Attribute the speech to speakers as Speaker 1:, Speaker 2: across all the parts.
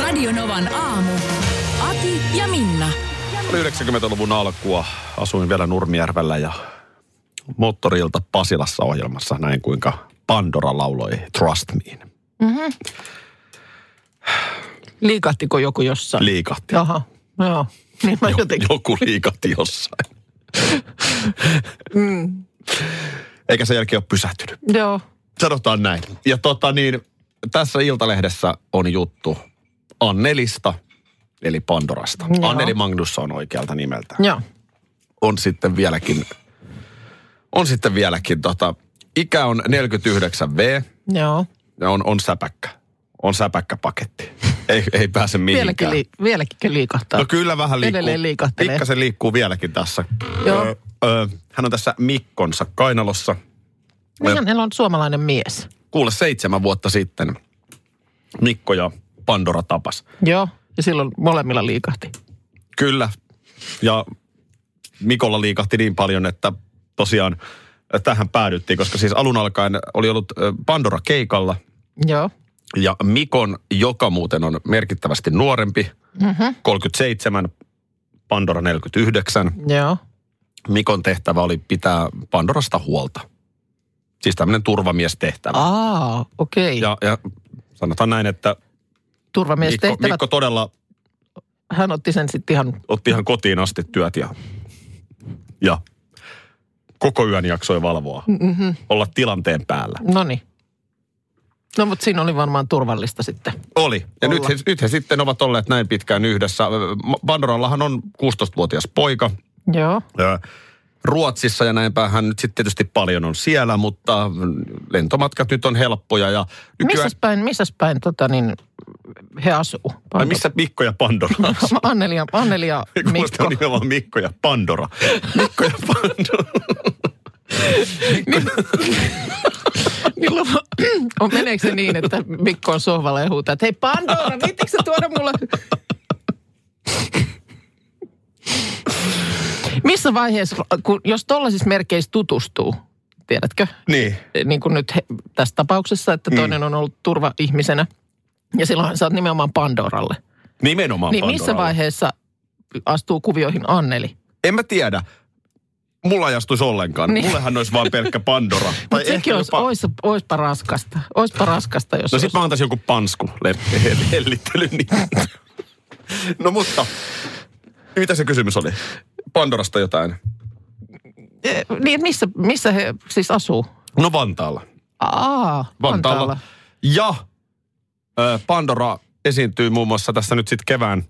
Speaker 1: Radionovan aamu. Ati ja Minna.
Speaker 2: Oli 90-luvun alkua. Asuin vielä Nurmijärvellä ja moottorilta Pasilassa ohjelmassa näin kuinka Pandora lauloi Trust Me.
Speaker 3: Liikahtiko joku jossain?
Speaker 2: Liikahti.
Speaker 3: Jaha, joo. Niin mä jotenkin.
Speaker 2: Joku liikahti jossain.
Speaker 3: Mm.
Speaker 2: Eikä sen jälkeen ole pysähtynyt.
Speaker 3: Joo.
Speaker 2: Sanotaan näin. Ja tota niin, tässä Iltalehdessä on juttu Annelista, eli Pandorasta.
Speaker 3: Joo.
Speaker 2: Anneli Magnusson oikealta nimeltä.
Speaker 3: Joo.
Speaker 2: on sitten vieläkin, on sitten vieläkin tota, ikä on 49V
Speaker 3: Joo.
Speaker 2: ja on, on säpäkkä. On säpäkkä paketti. Ei, ei pääse
Speaker 3: Vieläkin,
Speaker 2: mihinkään.
Speaker 3: li, vieläkin liikahtaa.
Speaker 2: No kyllä vähän liikkuu.
Speaker 3: Edelleen liikahtelee.
Speaker 2: Pikkasen liikkuu vieläkin tässä.
Speaker 3: Joo.
Speaker 2: Ö, ö, hän on tässä Mikkonsa kainalossa.
Speaker 3: Mikä hänellä on suomalainen mies?
Speaker 2: Kuule seitsemän vuotta sitten Mikko ja Pandora tapas.
Speaker 3: Joo. Ja silloin molemmilla liikahti.
Speaker 2: Kyllä. Ja Mikolla liikahti niin paljon, että tosiaan äh, tähän päädyttiin, koska siis alun alkaen oli ollut ö, Pandora keikalla
Speaker 3: Joo.
Speaker 2: ja Mikon, joka muuten on merkittävästi nuorempi, mm-hmm. 37, Pandora 49.
Speaker 3: Joo.
Speaker 2: Mikon tehtävä oli pitää Pandorasta huolta. Siis tämmöinen turvamiestehtävä.
Speaker 3: Aa, okei. Okay.
Speaker 2: Ja, ja sanotaan näin, että
Speaker 3: Turvamies
Speaker 2: Mikko,
Speaker 3: tehtävät.
Speaker 2: Mikko todella
Speaker 3: Hän otti sen sitten ihan,
Speaker 2: otti ihan kotiin asti työt ja, ja koko yön jaksoi valvoa. Mm-hmm. Olla tilanteen päällä.
Speaker 3: no niin. No mutta siinä oli varmaan turvallista sitten.
Speaker 2: Oli. Ja
Speaker 3: Olla.
Speaker 2: nyt he, nyt he sitten ovat olleet näin pitkään yhdessä. Pandorallahan on 16-vuotias poika.
Speaker 3: Joo.
Speaker 2: Ö, Ruotsissa ja näinpä hän nyt sitten tietysti paljon on siellä, mutta lentomatkat nyt on helppoja. Ja nykyään,
Speaker 3: Missäs päin, missäs päin tota niin, he asuu?
Speaker 2: Ai, missä Mikko ja Pandora asuu?
Speaker 3: Anneli ja, Anneli ja
Speaker 2: Kuulostaa
Speaker 3: Mikko.
Speaker 2: nimenomaan Mikko ja Pandora. Mikko ja Pandora.
Speaker 3: Niin loppu- on, meneekö se niin, että Mikko on sohvalla ja huutaa, että hei Pandora, viittikö sä tuoda mulle? Missä vaiheessa, kun, jos tollaisissa merkeissä tutustuu, tiedätkö,
Speaker 2: Niin.
Speaker 3: niin kuin nyt he, tässä tapauksessa, että
Speaker 2: Mm.
Speaker 3: toinen on ollut turva-ihmisenä, ja silloinhan sä oot nimenomaan Pandoralle.
Speaker 2: Nimenomaan
Speaker 3: Niin
Speaker 2: Pandoralla.
Speaker 3: missä vaiheessa astuu kuvioihin Anneli?
Speaker 2: En mä tiedä. Mulla ei astuisi ollenkaan. Niin.
Speaker 3: Niin.
Speaker 2: Mullehan olisi vaan pelkkä Pandora.
Speaker 3: Mutta sekin
Speaker 2: ehkä
Speaker 3: olisi, jopa... ois, oispa raskasta. Oispa raskasta, jos
Speaker 2: No
Speaker 3: olisi.
Speaker 2: sit mä antaisin joku pansku le- hell- hellittely. Niin. No mutta, mitä se kysymys oli? Pandorasta jotain.
Speaker 3: Eh, Niin, missä, missä he siis asuu?
Speaker 2: No Vantaalla.
Speaker 3: Aa,
Speaker 2: Vantaalla. Ja ö, Pandora esiintyy muun muassa tässä nyt sitten kevään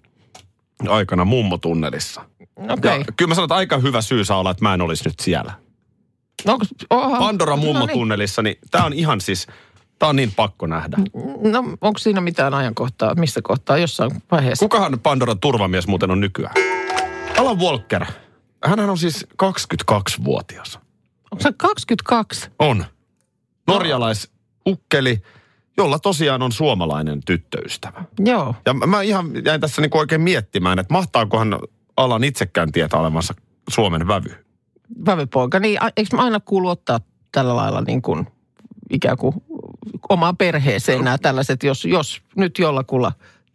Speaker 2: aikana mummotunnelissa.
Speaker 3: Okei.
Speaker 2: Ja kyllä mä sanon, että aika hyvä syy saa olla, että mä en olisi nyt siellä.
Speaker 3: Okay. No
Speaker 2: Pandora mummotunnelissa, niin tää on ihan siis, tää on niin pakko nähdä.
Speaker 3: No, onko siinä mitään ajankohtaa? Missä kohtaa? Jossain vaiheessa.
Speaker 2: Kukahan Pandoran turvamies muuten on nykyään? Alan Walker. Hänhän on siis 22-vuotias.
Speaker 3: Onko se 22?
Speaker 2: On. Norjalaisukkeli, jolla tosiaan on suomalainen tyttöystävä.
Speaker 3: Joo.
Speaker 2: Ja mä- mä ihan jäin tässä niinku oikein miettimään, että mahtaakohan Alan itsekään tietää olevansa Suomen vävy.
Speaker 3: Vävypoika. Niin, a- eikö mä aina kuulu ottaa tällä lailla niin kuin ikään kuin omaan perheeseen nämä tällaiset, jos, jos nyt jollakulla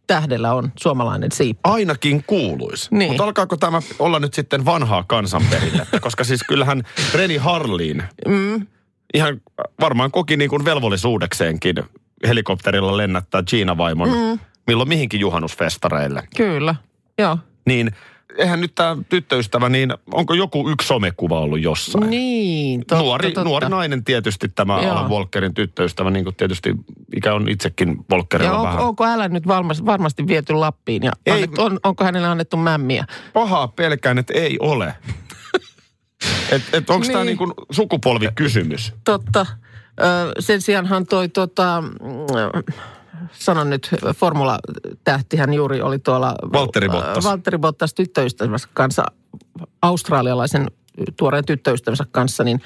Speaker 3: tähdellä on suomalainen siipi.
Speaker 2: Ainakin kuuluis.
Speaker 3: Niin.
Speaker 2: Mutta alkaako tämä olla nyt sitten vanhaa kansanperinnettä? Koska siis kyllähän Reni Harliin mm. ihan varmaan koki niin kuin velvollisuudekseenkin helikopterilla lennättää Gina-vaimon mm. milloin mihinkin juhannusfestareille.
Speaker 3: Kyllä. Joo.
Speaker 2: Niin eihän nyt tämä tyttöystävä, niin onko joku yksi somekuva ollut jossain?
Speaker 3: Niin, totta,
Speaker 2: nuori,
Speaker 3: totta.
Speaker 2: nuori nainen tietysti tämä Joo.
Speaker 3: Joo.
Speaker 2: Alan Walkerin tyttöystävä, niin kuin tietysti ikä on itsekin Walkerilla
Speaker 3: Ja on,
Speaker 2: vähän.
Speaker 3: onko älä nyt valmas, varmasti viety Lappiin ja
Speaker 2: Ei.
Speaker 3: annettu, on, onko hänelle annettu mämmiä?
Speaker 2: Pahaa pelkään, että ei ole. et, et onko niin. tämä
Speaker 3: Niin.
Speaker 2: niin kuin sukupolvikysymys?
Speaker 3: Totta. Ö, sen sijaanhan toi tota, mm, sanon nyt, formulatähtihän juuri oli tuolla...
Speaker 2: Valtteri Bottas.
Speaker 3: Valtteri Bottas tyttöystävänsä kanssa, australialaisen tuoreen tyttöystävänsä kanssa, niin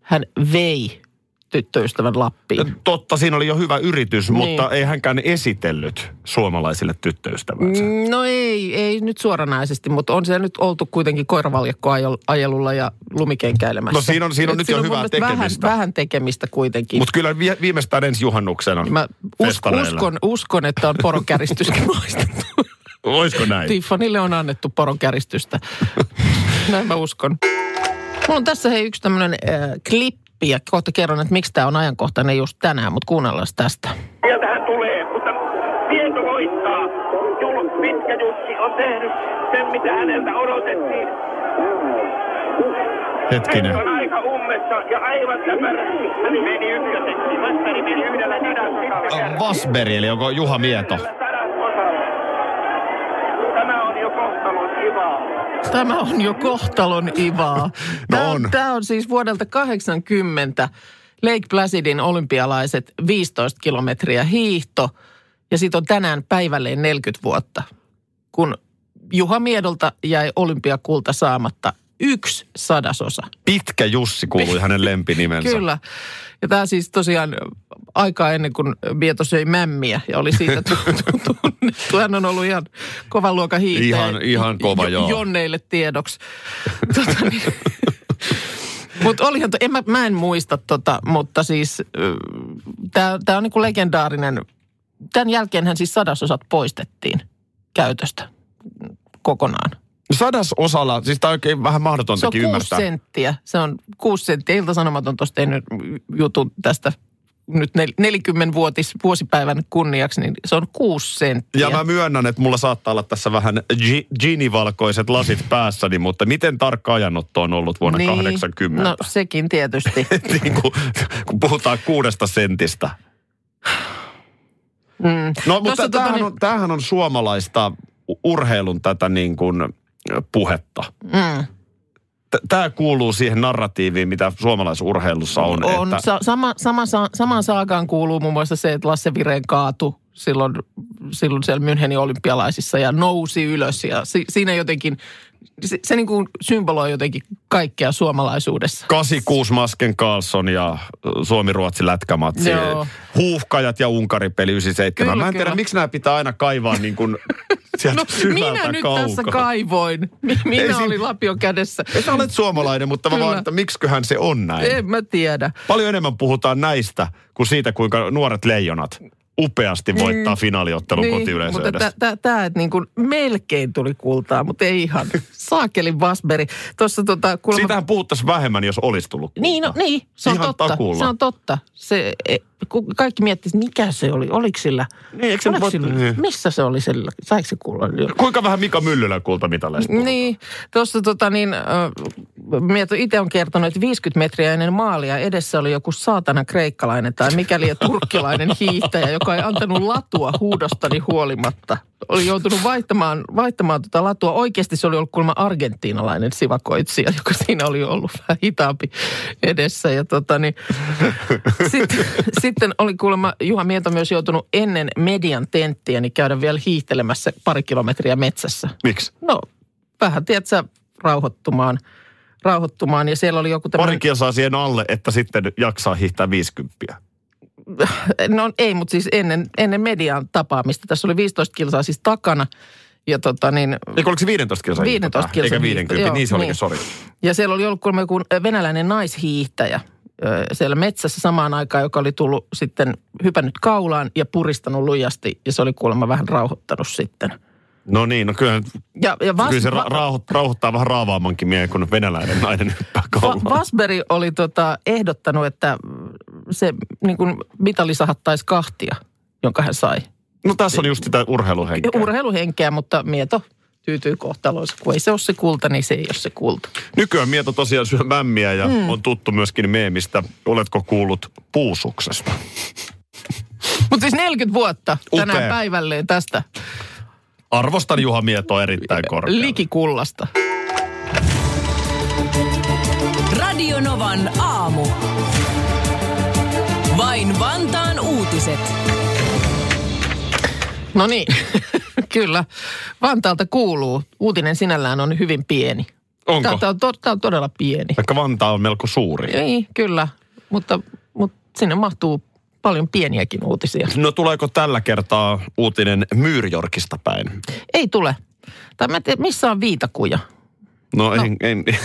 Speaker 3: hän vei tyttöystävän Lappiin.
Speaker 2: Totta, siinä oli jo hyvä yritys,
Speaker 3: Niin.
Speaker 2: mutta ei hänkään esitellyt suomalaisille tyttöystävänsä.
Speaker 3: Mm, No ei, ei nyt suoranaisesti, mutta on se nyt oltu kuitenkin koiravaljakkoajelulla ja lumikenkäilemässä.
Speaker 2: No siinä on- siinä on
Speaker 3: Et
Speaker 2: nyt jo
Speaker 3: mun
Speaker 2: hyvää
Speaker 3: mielestä
Speaker 2: tekemistä.
Speaker 3: Vähän, vähän tekemistä kuitenkin.
Speaker 2: Mutta kyllä vi- viimeistään ensi juhannuksena
Speaker 3: Mä usk,
Speaker 2: festareilla.
Speaker 3: uskon, uskon, että on poronkäristyskin maistettu.
Speaker 2: Olisiko näin?
Speaker 3: Tiffanille on annettu poronkärjistystä. Näin mä uskon. Mulla on tässä hei yksi tämmönen äh, klippi ja kohta kerron, että miksi tämä on ajankohtainen just tänään, mutta kuunnellaan tästä.
Speaker 4: Sieltähän tulee, mutta tieto voittaa. Jul, pitkä Jussi on tehnyt sen, mitä häneltä odotettiin.
Speaker 2: Hetkinen.
Speaker 4: Nyt on aika ummessa ja aivan täpärä. Hän meni ykköseksi. Vasperi meni yhdellä sadasosalla.
Speaker 2: Vasberi, eli onko Juha Mieto?
Speaker 4: Yhdellä sadasosalla. Tämä on jo kohtalon kivaa.
Speaker 3: Tämä on jo kohtalon ivaa. Tämä
Speaker 2: on.
Speaker 3: Tämä on siis vuodelta 80 Lake Placidin olympialaiset 15 kilometriä hiihto. Ja sitten on tänään päivälleen 40 vuotta, kun Juha Miedolta jäi olympiakulta saamatta yksi sadasosa.
Speaker 2: Pitkä Jussi kuului hänen lempinimensä.
Speaker 3: Kyllä. Ja tämä siis tosiaan aikaa ennen kuin Mieto söi mämmiä ja oli siitä tu- tu- tunnettu. Hän on ollut ihan kovan luokan hiihtäjä.
Speaker 2: Ihan- ihan kova, joo.
Speaker 3: Jonneille tiedoksi. Tota, niin. Mutta olihan, to, en, mä, mä en muista tota, mutta siis tämä on niinku legendaarinen. Tämän jälkeenhän siis sadasosat poistettiin käytöstä kokonaan.
Speaker 2: Sadas osalla, siis tämä on oikein vähän
Speaker 3: Se on
Speaker 2: mahdotontakin
Speaker 3: kuusi
Speaker 2: ymmärtää.
Speaker 3: senttiä. Se on kuusi senttiä. Iltasanomat on tuossa tehnyt jutun tästä nyt nel- 40-vuotis vuosipäivän kunniaksi, niin se on kuusi senttiä.
Speaker 2: Ja mä myönnän, että mulla saattaa olla tässä vähän gi- ginivalkoiset lasit
Speaker 3: Mm.
Speaker 2: päässäni, mutta miten tarkka ajanotto on ollut vuonna niin. 80?
Speaker 3: No sekin tietysti.
Speaker 2: niin kun, kun puhutaan kuudesta sentistä.
Speaker 3: Mm.
Speaker 2: No, mutta
Speaker 3: Tossa tota
Speaker 2: tämähän,
Speaker 3: niin-
Speaker 2: on, tämähän on suomalaista u- urheilun tätä niin kuin ö, puhetta.
Speaker 3: Mm.
Speaker 2: T- Tämä kuuluu siihen narratiiviin, mitä suomalaisurheilussa on.
Speaker 3: on
Speaker 2: että,
Speaker 3: sa- sama, sama, sa- samaan saakaan kuuluu muun muassa se, että Lasse Vireen kaatu silloin, silloin siellä Münchenin olympialaisissa ja nousi ylös. Ja si- siinä jotenkin, se, se niin kuin symboloi jotenkin kaikkea suomalaisuudessa.
Speaker 2: 86 Masken Carlson ja Suomi-Ruotsi lätkämatsi.
Speaker 3: Joo.
Speaker 2: Huuhkajat ja Unkari peli 97.
Speaker 3: Kyllä,
Speaker 2: Mä en tiedä,
Speaker 3: kyllä.
Speaker 2: miksi nämä pitää aina kaivaa niin kuin sieltä syvältä
Speaker 3: No, minä nyt
Speaker 2: kaukaa.
Speaker 3: tässä kaivoin. Mi-
Speaker 2: Ei
Speaker 3: Minä
Speaker 2: siinä-
Speaker 3: olin lapion kädessä.
Speaker 2: Sä olet suomalainen, mutta mä
Speaker 3: Kyllä.
Speaker 2: vaan, että miksiköhän se on näin.
Speaker 3: En mä tiedä.
Speaker 2: Paljon enemmän puhutaan näistä kuin siitä, kuinka nuoret leijonat upeasti voittaa finaaliottelun
Speaker 3: Niin. mutta
Speaker 2: kotiyleisöydessä.
Speaker 3: tämä, että niin kuin melkein tuli kultaa, mutta ei ihan. Saakelin vasberi. Tuossa tota, kuulemma...
Speaker 2: Siitähän puhuttaisiin vähemmän, jos olisi tullut kultaa.
Speaker 3: Niin, no, niin, se on
Speaker 2: Ihan
Speaker 3: totta.
Speaker 2: takuulla.
Speaker 3: Se on totta. Se, e, kun kaikki miettisivät, mikä se oli, oliko sillä,
Speaker 2: Niin, eikö se nyt
Speaker 3: oliko
Speaker 2: voi-
Speaker 3: sillä
Speaker 2: niin.
Speaker 3: missä se oli sillä, saiko se kuulla?
Speaker 2: Kuinka vähän Mika Myllylän kultamitaleista puhutaan?
Speaker 3: Niin, tuossa tota niin, äh, mieto itse on kertonut, että 50 metriä ennen maalia edessä oli joku saatana kreikkalainen tai mikäli turkkilainen hiihtäjä, joka ei antanut latua huudostani huolimatta. Oli joutunut vaihtamaan, vaihtamaan tota latua. Oikeasti se oli ollut kuulemma argentiinalainen sivakoitsija, joka siinä oli ollut vähän hitaampi edessä. Ja tota niin, sitten, sitten oli kuulemma Juha Mieto myös joutunut ennen median tenttiä niin käydä vielä hiihtelemässä pari kilometriä metsässä.
Speaker 2: Miksi?
Speaker 3: No, vähän, tiedätkö, rauhoittumaan. Rauhoittumaan, ja siellä oli joku tämmöinen...
Speaker 2: Parikin saa siihen alle, että sitten jaksaa hiihtää 50.
Speaker 3: No ei, mutta siis ennen, ennen median tapaamista. Tässä oli 15 kilsaa siis takana, ja tota niin...
Speaker 2: Eikö oliko se 15 kilsa
Speaker 3: 15
Speaker 2: hiihtotää?
Speaker 3: kilsa
Speaker 2: Eikä
Speaker 3: hiihto,
Speaker 2: 50,
Speaker 3: joo,
Speaker 2: niin se olikin,
Speaker 3: niin.
Speaker 2: sori.
Speaker 3: Ja siellä oli ollut kuulemma joku venäläinen naishiihtäjä ö, siellä metsässä samaan aikaan, joka oli tullut sitten, hypännyt kaulaan ja puristanut lujasti, ja se oli kuulemma vähän rauhoittanut sitten.
Speaker 2: No niin, no kyllä,
Speaker 3: Ja, ja
Speaker 2: Vas,
Speaker 3: vast-
Speaker 2: kyllä se ra-
Speaker 3: va-
Speaker 2: rauho- rauhoittaa vähän raavaammankin miehen, kun venäläinen nainen hyppää
Speaker 3: Va-
Speaker 2: kaulaan.
Speaker 3: Vasberg oli tota, ehdottanut, että se niin kuin mitali sahattaisi kahtia, jonka hän sai.
Speaker 2: no tässä on just sitä urheiluhenkeä.
Speaker 3: Urheiluhenkeä, mutta Mieto tyytyy kohtaloonsa. Kun ei se ole se kulta, niin se ei ole se kulta.
Speaker 2: Nykyään Mieto tosiaan syö mämmiä ja mm. on tuttu myöskin meemistä. Oletko kuullut puusuksesta?
Speaker 3: Mutta siis 40 vuotta
Speaker 2: Upea.
Speaker 3: tänään päivälleen tästä
Speaker 2: Arvostan Juha Mietoa erittäin korkealle.
Speaker 3: likikullasta.
Speaker 1: Radio Novan aamu. Vain Vantaan uutiset.
Speaker 3: No niin, kyllä. Vantaalta kuuluu. Uutinen sinällään on hyvin pieni.
Speaker 2: Onko?
Speaker 3: Tämä, on, to, tää on todella pieni.
Speaker 2: Vaikka Vantaa on melko suuri.
Speaker 3: Ei, kyllä. Mutta, mutta sinne mahtuu paljon pieniäkin uutisia.
Speaker 2: No tuleeko tällä kertaa uutinen Myyrjorkista päin?
Speaker 3: Ei tule. Tai mä en tiedä, missä on viitakuja?
Speaker 2: No, no. En, en,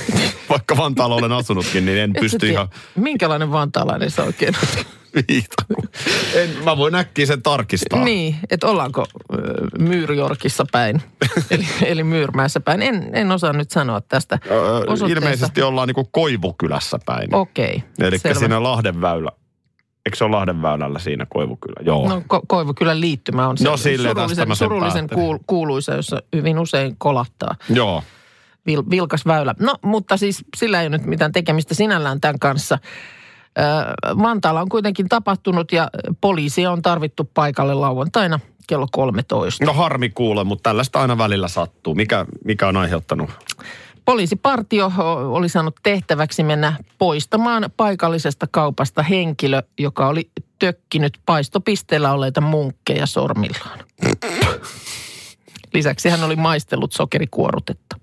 Speaker 2: vaikka Vantaalla olen asunutkin, niin en
Speaker 3: Et sä
Speaker 2: pysty
Speaker 3: tiedä,
Speaker 2: ihan
Speaker 3: Minkälainen vantaalainen se oikein on?
Speaker 2: viitakuun. En, mä voin äkkiä sen tarkistaa.
Speaker 3: Niin, että ollaanko ö, Myyrjorkissa päin, eli, eli Myyrmäessä päin. En, en osaa nyt sanoa tästä
Speaker 2: Öö,
Speaker 3: osoitteesta.
Speaker 2: ilmeisesti ollaan niinku Koivukylässä päin.
Speaker 3: Okei,
Speaker 2: Eli
Speaker 3: selvä.
Speaker 2: siinä Lahden väylä. Eikö se ole Lahden väylällä siinä Koivukylä? Joo.
Speaker 3: No ko- Koivukylän liittymä on se
Speaker 2: No silleen tästä mä sen
Speaker 3: surullisen, surullisen
Speaker 2: päättelin.
Speaker 3: kuul- kuuluisa, jossa hyvin usein kolahtaa
Speaker 2: Joo.
Speaker 3: vil- vilkas väylä. No, mutta siis sillä ei ole nyt mitään tekemistä sinällään tämän kanssa. Ö, Vantaalla on kuitenkin tapahtunut ja poliisia on tarvittu paikalle lauantaina kello 13.
Speaker 2: No harmi kuulla, mutta tällaista aina välillä sattuu. Mikä, mikä on aiheuttanut?
Speaker 3: Poliisipartio oli saanut tehtäväksi mennä poistamaan paikallisesta kaupasta henkilö, joka oli tökkinyt paistopisteellä olleita munkkeja sormillaan. Lisäksi hän oli maistellut sokerikuorutetta.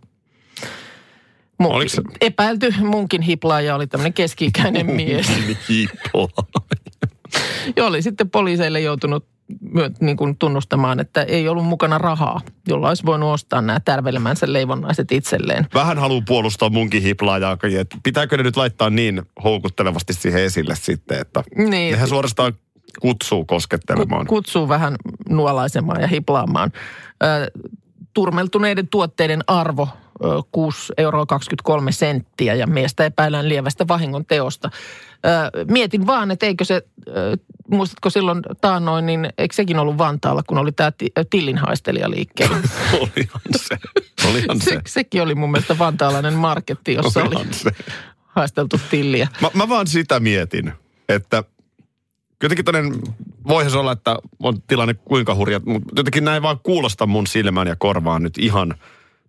Speaker 3: Munkin,
Speaker 2: Oliko se-
Speaker 3: Epäilty munkin hiplaaja oli tämmöinen keski-ikäinen mies. Ja oli sitten poliiseille joutunut myö- niin kuin tunnustamaan, että ei ollut mukana rahaa, jolla olisi voinut ostaa nämä tärvelemänsä leivonnaiset itselleen.
Speaker 2: Vähän haluan puolustaa munkin hiplaajaa, että pitääkö ne nyt laittaa niin houkuttelevasti siihen esille sitten, että
Speaker 3: Niin.
Speaker 2: nehän suorastaan kutsuu koskettelemaan.
Speaker 3: Ku- kutsuu vähän nuolaisemaan ja hiplaamaan. Ö, turmeltuneiden tuotteiden arvo ö, 6,23 euroa senttiä ja miestä epäillään lievästä vahingon teosta. Ö, mietin vaan, että eikö se, ö, muistatko silloin taannoin, niin eikö sekin ollut Vantaalla, kun oli tämä tillinhaistelija liikkeellä?
Speaker 2: Olihan se. Olihan
Speaker 3: Se,
Speaker 2: se.
Speaker 3: sekin oli mun mielestä vantaalainen marketti, jossa oli
Speaker 2: Olihan se.
Speaker 3: haisteltu tilliä.
Speaker 2: Mä, mä vaan sitä mietin, että jotenkin toinen, voihan se olla, että on tilanne kuinka hurja, mutta jotenkin näin vaan kuulosta mun silmään ja korvaan nyt ihan,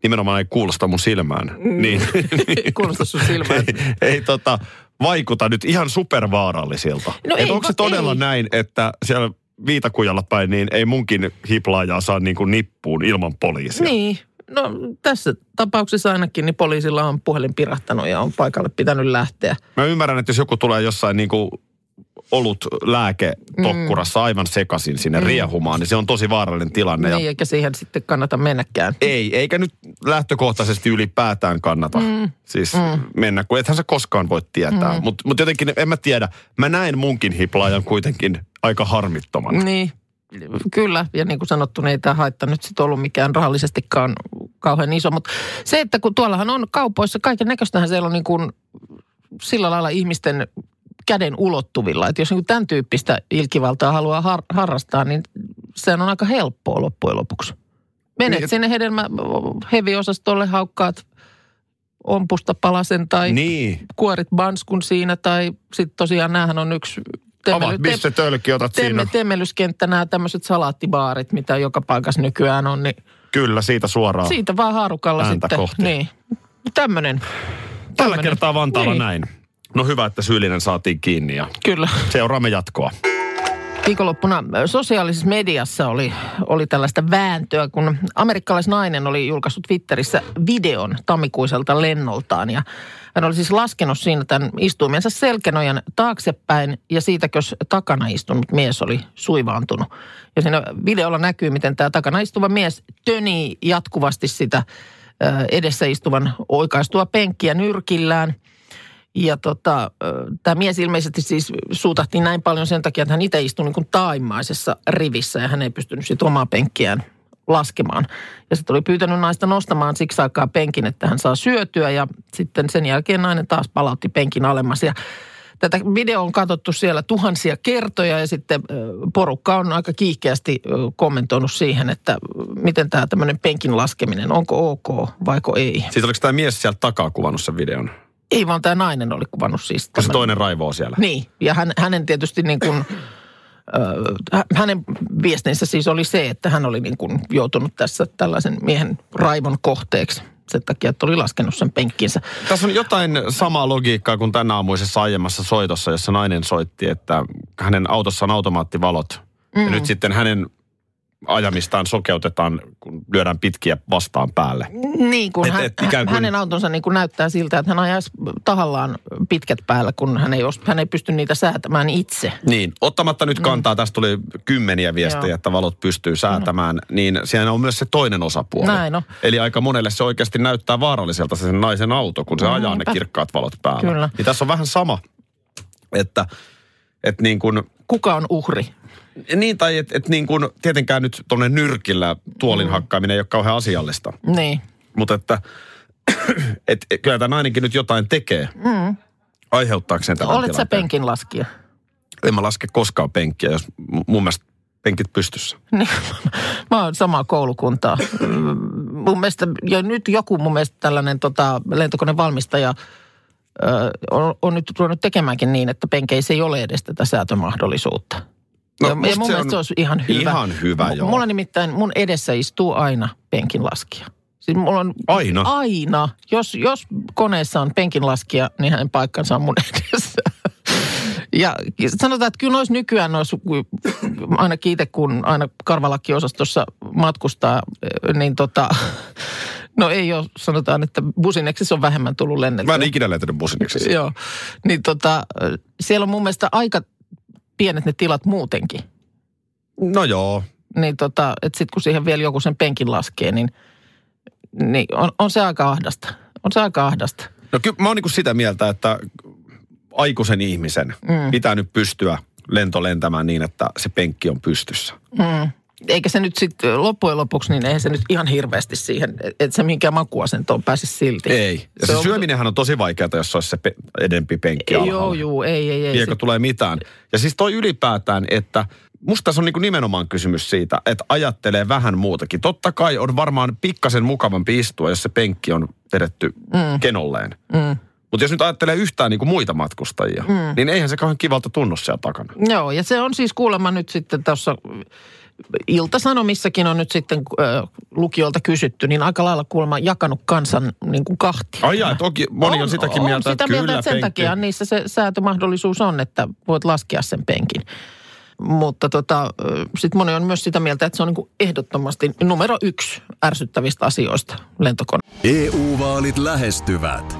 Speaker 2: nimenomaan ei kuulosta mun silmään. Mm. Niin,
Speaker 3: Ei kuulosta sun silmään.
Speaker 2: ei, ei tota, vaikuta nyt ihan supervaarallisilta.
Speaker 3: No
Speaker 2: Et
Speaker 3: ei
Speaker 2: onko se
Speaker 3: va-
Speaker 2: todella
Speaker 3: ei.
Speaker 2: näin, että siellä viitakujalla päin, niin ei munkin hiplaajaa saa niin kuin nippuun ilman poliisia?
Speaker 3: Niin. No tässä tapauksessa ainakin niin poliisilla on puhelin pirahtanut ja on paikalle pitänyt lähteä.
Speaker 2: Mä ymmärrän, että jos joku tulee jossain niin kuin olut lääke
Speaker 3: Mm.
Speaker 2: tokkurassa aivan sekaisin sinne mm. riehumaan, niin se on tosi vaarallinen tilanne.
Speaker 3: Ne
Speaker 2: Ja
Speaker 3: niin, eikä siihen sitten kannata mennäkään.
Speaker 2: ei, eikä nyt lähtökohtaisesti ylipäätään kannata mm. siis mm. mennä, kun ethän sä koskaan voi tietää. Mm. Mutta mut jotenkin, en mä tiedä, mä näen munkin hiplaajan kuitenkin aika harmittoman. Mm.
Speaker 3: Niin, kyllä. Ja niin kuin sanottu, niin ei tämä haitta nyt sitten ollut mikään rahallisestikaan kauhean iso. Mutta se, että kun tuollahan on kaupoissa, kaiken näköistähän siellä on niin kuin sillä lailla ihmisten käden ulottuvilla. Että jos niin kuin tämän tyyppistä ilkivaltaa haluaa har- harrastaa, niin sehän on aika helppoa loppujen lopuksi. Menet
Speaker 2: Niin, et-
Speaker 3: niin, sinne hedelmä heviosastolle, haukkaat ompusta palasen tai niin.
Speaker 2: Niin,
Speaker 3: kuorit banskun siinä tai sitten tosiaan näähän on yksi...
Speaker 2: avaat
Speaker 3: temmely-
Speaker 2: missä tölki, otat siinä.
Speaker 3: Temme, temmelyskenttä, nämä tämmöiset salaattibaarit, mitä joka paikassa nykyään on, niin
Speaker 2: Kyllä, siitä suoraan.
Speaker 3: siitä vaan haarukalla
Speaker 2: Ääntä
Speaker 3: sitten.
Speaker 2: kohti.
Speaker 3: Niin. Tämmöinen,
Speaker 2: Tällä
Speaker 3: tämmönen.
Speaker 2: kertaa Vantaalla
Speaker 3: Niin.
Speaker 2: näin. No hyvä, että syyllinen saatiin kiinni ja
Speaker 3: kyllä.
Speaker 2: seuraamme jatkoa.
Speaker 3: Viikonloppuna ö, sosiaalisessa mediassa oli, oli tällaista vääntöä, kun amerikkalaisnainen oli julkaissut Twitterissä videon tammikuiselta lennoltaan. Ja hän oli siis laskenut siinä tämän istuimensa selkänojan taaksepäin ja siitäkös takana istunut mies oli suivaantunut. Ja siinä videolla näkyy, miten tämä takana istuva mies tönii jatkuvasti sitä ö, edessä istuvan oikaistua penkkiä nyrkillään – ja tota, tämä mies ilmeisesti siis suutahti näin paljon sen takia, että hän itse istui niin kuin taimmaisessa rivissä ja hän ei pystynyt sitten omaa penkkiään laskemaan. Ja sitten oli pyytänyt naista nostamaan siksi aikaa penkin, että hän saa syötyä ja sitten sen jälkeen nainen taas palautti penkin alemmas. Ja tätä video on katsottu siellä tuhansia kertoja ja sitten ö, porukka on aika kiihkeästi ö, kommentoinut siihen, että ö, miten tämä tämmöinen penkin laskeminen, onko ok vaiko ei.
Speaker 2: Siis oliko tämä mies sieltä takaa kuvannut sen videon?
Speaker 3: Ei vaan tämä nainen oli kuvannut siis
Speaker 2: Kun se
Speaker 3: tämän-
Speaker 2: toinen raivoo siellä?
Speaker 3: Niin, ja hän, hänen tietysti niin kuin, ö, hä- hänen viestinsä siis oli se, että hän oli niin kuin joutunut tässä tällaisen miehen raivon kohteeksi sen takia, että oli laskenut sen penkkinsä.
Speaker 2: Tässä on jotain samaa logiikkaa kuin tänä aamuisessa aiemmassa soitossa, jossa nainen soitti, että hänen autossaan automaattivalot. Mm. Ja nyt sitten hänen ajamistaan sokeutetaan, kun lyödään pitkiä vastaan päälle.
Speaker 3: Niin kuin,
Speaker 2: Et-
Speaker 3: hän,
Speaker 2: et ikään kuin-
Speaker 3: hänen autonsa niin kuin näyttää siltä, että hän ajaisi tahallaan pitkät päällä, kun hän ei, os- hän ei pysty niitä säätämään itse.
Speaker 2: Niin, ottamatta nyt kantaa, tästä tuli kymmeniä viestejä,
Speaker 3: Mm. Joo. Mm.
Speaker 2: että valot pystyy säätämään, niin siinä on myös se toinen osapuoli.
Speaker 3: Näin on.
Speaker 2: Eli aika monelle se oikeasti näyttää vaaralliselta se sen naisen auto, kun se
Speaker 3: No
Speaker 2: ajaa ne
Speaker 3: niinpä.
Speaker 2: kirkkaat valot päällä.
Speaker 3: Kyllä.
Speaker 2: Niin tässä on vähän sama, että, että niin kuin,
Speaker 3: Kuka on uhri?
Speaker 2: niin tai että et niin kuin, tietenkään nyt tuonne nyrkillä tuolin
Speaker 3: Mm.
Speaker 2: hakkaaminen ei ole kauhean asiallista,
Speaker 3: Niin.
Speaker 2: mutta että et, et, kyllä tämä nainenkin nyt jotain tekee. Mm. Aiheuttaakseen tämän
Speaker 3: Olet sä
Speaker 2: tilanteen.
Speaker 3: penkinlaskija?
Speaker 2: En mä laske koskaan penkkiä, jos mu- mun mielestä penkit pystyssä.
Speaker 3: Niin, mä oon samaa koulukuntaa. Mm, mun mielestä, jo nyt joku mun mielestä tällainen tota, lentokonevalmistaja ö, on, on nyt ruvennut tekemäänkin niin, että penkeissä ei ole edes tätä säätömahdollisuutta.
Speaker 2: No,
Speaker 3: ja, ja mun
Speaker 2: musta se
Speaker 3: mielestä
Speaker 2: on
Speaker 3: se olisi ihan hyvä.
Speaker 2: ihan hyvä,
Speaker 3: M-
Speaker 2: joo.
Speaker 3: Mulla nimittäin, mun edessä istuu aina penkinlaskija. Siis mulla on
Speaker 2: Aina?
Speaker 3: Aina. Jos, jos koneessa on penkinlaskija, niin hänen paikkansa on mun edessä. Ja sanotaan, että kyllä noissa nykyään noissa, kun- ainakin itse kun aina karvalakkiosastossa matkustaa, niin tota, no ei ole, sanotaan, että busineksissa on vähemmän tullut lennettyä.
Speaker 2: Mä en ikinä lähtenyt busineksessa.
Speaker 3: Joo, niin tota, siellä on mun mielestä aika pienet ne tilat muutenkin.
Speaker 2: No joo.
Speaker 3: Niin tota, että sit kun siihen vielä joku sen penkin laskee, niin, niin on, on se aika ahdasta. On se aika ahdasta.
Speaker 2: No kyllä mä oon niinku sitä mieltä, että aikuisen ihmisen mm. pitää nyt pystyä lento lentämään niin, että se penkki on pystyssä.
Speaker 3: Eikä se nyt sitten loppujen lopuksi, niin eihän se nyt ihan hirveästi siihen, että se minkään makuasentoon pääsisi silti.
Speaker 2: Ei. Ja se, se
Speaker 3: on-
Speaker 2: syöminenhän on tosi vaikeaa, jos se olisi se pe- edempi penkki
Speaker 3: Ei, Joo,
Speaker 2: alhaalla.
Speaker 3: joo, ei, ei, ei.
Speaker 2: Viekö
Speaker 3: Se-
Speaker 2: tulee mitään. Ja siis toi ylipäätään, että musta tässä on niinku nimenomaan kysymys siitä, että ajattelee vähän muutakin. Totta kai on varmaan pikkasen mukavampi istua, jos se penkki on vedetty mm. kenolleen. Mm. Mutta jos nyt ajattelee yhtään niinku muita matkustajia, mm. niin eihän se kauhean kivalta tunnu siellä takana.
Speaker 3: Joo, ja se on siis kuulemma nyt sitten tuossa Iltasanomissakin on nyt sitten ö, lukijoilta kysytty, niin aika lailla kuulemma jakanut kansan niin kuin kahtia.
Speaker 2: Ai jaa, toki moni on, on sitäkin
Speaker 3: on
Speaker 2: mieltä,
Speaker 3: sitä
Speaker 2: että
Speaker 3: mieltä,
Speaker 2: kyllä
Speaker 3: että sen
Speaker 2: penkki.
Speaker 3: takia niissä se säätömahdollisuus on, että voit laskea sen penkin. Mutta tota, sitten moni on myös sitä mieltä, että se on niin kuin ehdottomasti numero yksi ärsyttävistä asioista lentokone.
Speaker 5: EU-vaalit E lähestyvät.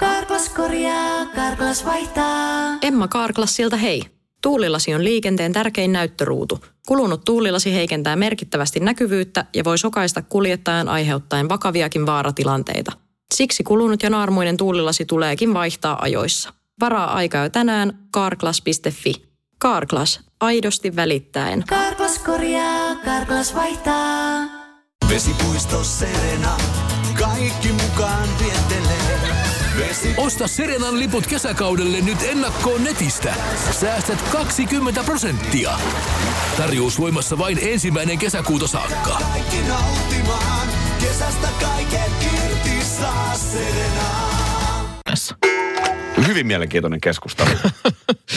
Speaker 6: Karklas korjaa, Karklas vaihtaa.
Speaker 7: Emma Kaarklassilta hei. Tuulilasi on liikenteen tärkein näyttöruutu. Kulunut tuulilasi heikentää merkittävästi näkyvyyttä ja voi sokaista kuljettajan aiheuttaen vakaviakin vaaratilanteita. Siksi kulunut ja naarmuinen tuulilasi tuleekin vaihtaa ajoissa. Varaa aikaa jo tänään karklas.fi. Karklas, aidosti välittäen.
Speaker 6: Karklas korjaa, Karklas vaihtaa.
Speaker 8: Vesipuisto Serena, kaikki mukaan vientelee. Vesi...
Speaker 9: Osta Serenan liput kesäkaudelle nyt ennakkoon netistä. Säästät 20 prosenttia. Tarjous voimassa vain ensimmäinen kesäkuuta saakka.
Speaker 8: Kaikki nauttimaan, kesästä kaiken irti saa Serena.
Speaker 2: Hyvin mielenkiintoinen keskustelu.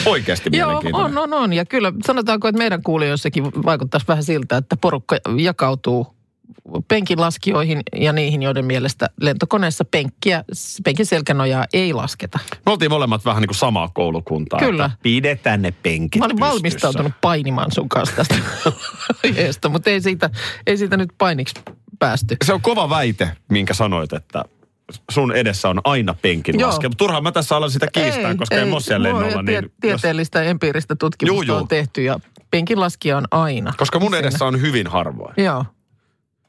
Speaker 2: Oikeasti
Speaker 3: niin- Joo,
Speaker 2: mielenkiintoinen.
Speaker 3: on, on, on. Ja kyllä sanotaanko, että meidän kuulijoissakin vaikuttaisi vähän siltä, että porukka jakautuu penkinlaskijoihin ja niihin, joiden mielestä lentokoneessa penkkiä, penkin selkänojaa ei lasketa.
Speaker 2: Me oltiin molemmat vähän niin kuin samaa koulukuntaa.
Speaker 3: Kyllä.
Speaker 2: että Pidetään ne penkit
Speaker 3: Mä olin
Speaker 2: pystyssä.
Speaker 3: valmistautunut painimaan sun kanssa tästä aiheesta, mutta ei siitä, ei siitä nyt painiksi päästy.
Speaker 2: Se on kova väite, minkä sanoit, että sun edessä on aina penkin
Speaker 3: Joo.
Speaker 2: laske. Turhaan mä tässä alan sitä kiistää, koska en ole siellä
Speaker 3: voi,
Speaker 2: lennolla.
Speaker 3: ja
Speaker 2: Niin
Speaker 3: tie- tieteellistä ja empiiristä tutkimusta
Speaker 2: Juu, juu.
Speaker 3: on tehty ja penkinlaskija on aina.
Speaker 2: jos, koska mun
Speaker 3: Siinä.
Speaker 2: edessä on hyvin harvoin.
Speaker 3: Joo.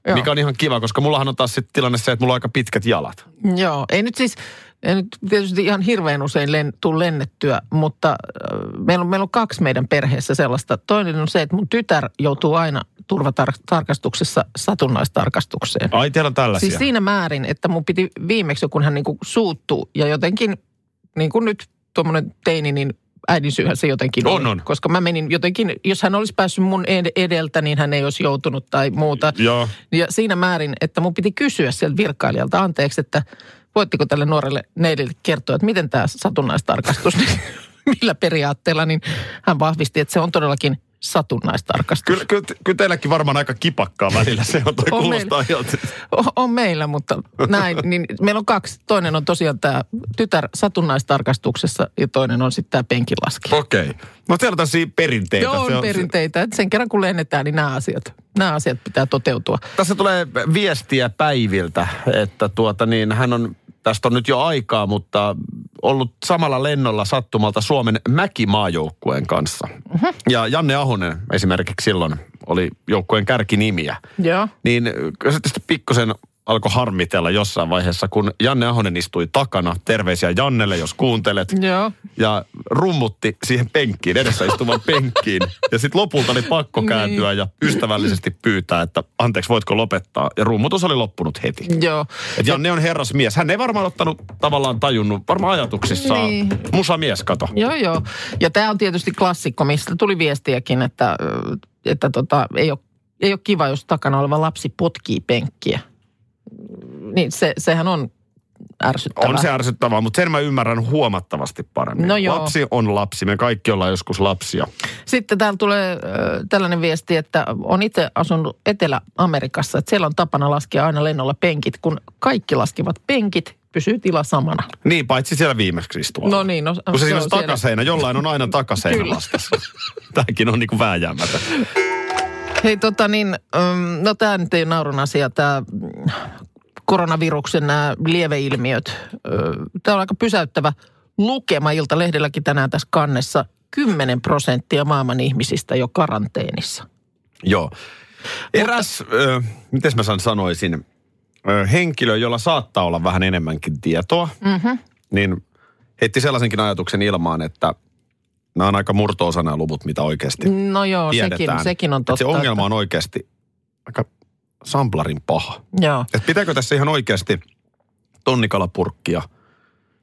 Speaker 3: Joo.
Speaker 2: Mikä on ihan kiva, koska mullahan on taas sit tilanne se, että mulla on aika pitkät jalat.
Speaker 3: Joo, ei nyt siis, ei nyt tietysti ihan hirveän usein len, tuu lennettyä, mutta äh, meillä on, meillä on kaksi meidän perheessä sellaista. Toinen on se, että mun tytär joutuu aina turvatarkastuksessa satunnaistarkastukseen.
Speaker 2: Ai teillä on tällaisia.
Speaker 3: Siis siinä määrin, että mun piti viimeksi, kun hän niinku suuttuu ja jotenkin, niin kuin nyt niinku tuommoinen teini, niin äidin syyhän se jotenkin
Speaker 2: On,
Speaker 3: oli.
Speaker 2: on.
Speaker 3: Koska mä menin jotenkin, jos hän olisi päässyt mun ed- edeltä, niin hän ei olisi joutunut tai muuta.
Speaker 2: Joo.
Speaker 3: Ja siinä määrin, että mun piti kysyä sieltä virkailijalta anteeksi, että voitteko tälle nuorelle neidille kertoa, että miten tämä satunnaistarkastus, niin millä periaatteella, niin hän vahvisti, että se on todellakin satunnaistarkastus.
Speaker 2: Kyllä, kyllä, kyllä teilläkin varmaan aika kipakkaa välillä se on, toi
Speaker 3: On
Speaker 2: kuulostaa joltain.
Speaker 3: O- On meillä, mutta näin. Niin meillä on kaksi. Toinen on tosiaan tämä tytär satunnaistarkastuksessa ja toinen on sitten tämä penkilaski.
Speaker 2: Okei. Okay. No teillä on tällaisia perinteitä.
Speaker 3: Joo,
Speaker 2: Se
Speaker 3: on perinteitä. Että sen kerran kun lennetään, niin nämä asiat, nämä asiat pitää toteutua.
Speaker 2: Tässä tulee viestiä Päiviltä, että tuota niin, hän on, tästä on nyt jo aikaa, mutta ollut samalla lennolla sattumalta Suomen mäkimaajoukkueen kanssa. Mm-hmm. Ja Janne Ahonen esimerkiksi silloin oli joukkueen kärkinimiä.
Speaker 3: Joo.
Speaker 2: Niin kyllä se tietysti pikkusen alkoi harmitella jossain vaiheessa, kun Janne Ahonen istui takana. Terveisiä Jannelle, jos kuuntelet.
Speaker 3: Joo.
Speaker 2: Ja rummutti siihen penkkiin, edessä istuvan penkkiin. Ja sitten lopulta oli pakko
Speaker 3: Niin.
Speaker 2: kääntyä ja ystävällisesti pyytää, että anteeksi, voitko lopettaa. Ja rummutus oli loppunut heti.
Speaker 3: Joo.
Speaker 2: Et Janne on herrasmies. Hän ei varmaan ottanut tavallaan tajunnut, varmaan ajatuksissaan.
Speaker 3: Niin.
Speaker 2: Musamies, kato.
Speaker 3: Joo, joo. Ja tämä on tietysti klassikko, mistä tuli viestiäkin, että, ö, että tota, ei, ole, ei ole kiva, jos takana oleva lapsi potkii penkkiä. Niin se, sehän on ärsyttävää.
Speaker 2: On se ärsyttävää, mutta sen mä ymmärrän huomattavasti paremmin.
Speaker 3: No joo.
Speaker 2: Lapsi on lapsi. Me kaikki ollaan joskus lapsia.
Speaker 3: Sitten täällä tulee ö, tällainen viesti, että on itse asunut Etelä-Amerikassa, että siellä on tapana laskea aina lennolla penkit, kun kaikki laskevat penkit, pysyy tila samana.
Speaker 2: Niin, paitsi siellä viimeksi istuvalla.
Speaker 3: No niin, no,
Speaker 2: Kun se,
Speaker 3: se
Speaker 2: siinä
Speaker 3: on
Speaker 2: on
Speaker 3: siellä.
Speaker 2: takaseinä, jollain on aina takaseinä
Speaker 3: Kyllä.
Speaker 2: vastassa. Tämäkin on niinku vääjäämätön.
Speaker 3: Hei tota niin, öm, no tämä nyt ei ole naurun asia, tämä koronaviruksen nämä lieveilmiöt. Tämä on aika pysäyttävä lukema Iltalehdelläkin tänään tässä kannessa. 10 prosenttia maailman ihmisistä jo karanteenissa.
Speaker 2: Joo. Eräs, ö, miten mä sen sanoisin, ö, henkilö, jolla saattaa olla vähän enemmänkin tietoa,
Speaker 3: Mhm.
Speaker 2: mm-hmm. niin heitti sellaisenkin ajatuksen ilmaan, että nämä on aika murto nämä luvut, mitä oikeasti
Speaker 3: No joo, sekin,
Speaker 2: tiedetään.
Speaker 3: sekin on
Speaker 2: Että
Speaker 3: totta.
Speaker 2: Se ongelma on oikeasti aika samplarin paha.
Speaker 3: Että, joo.
Speaker 2: Et pitääkö tässä ihan oikeasti tonnikalapurkkia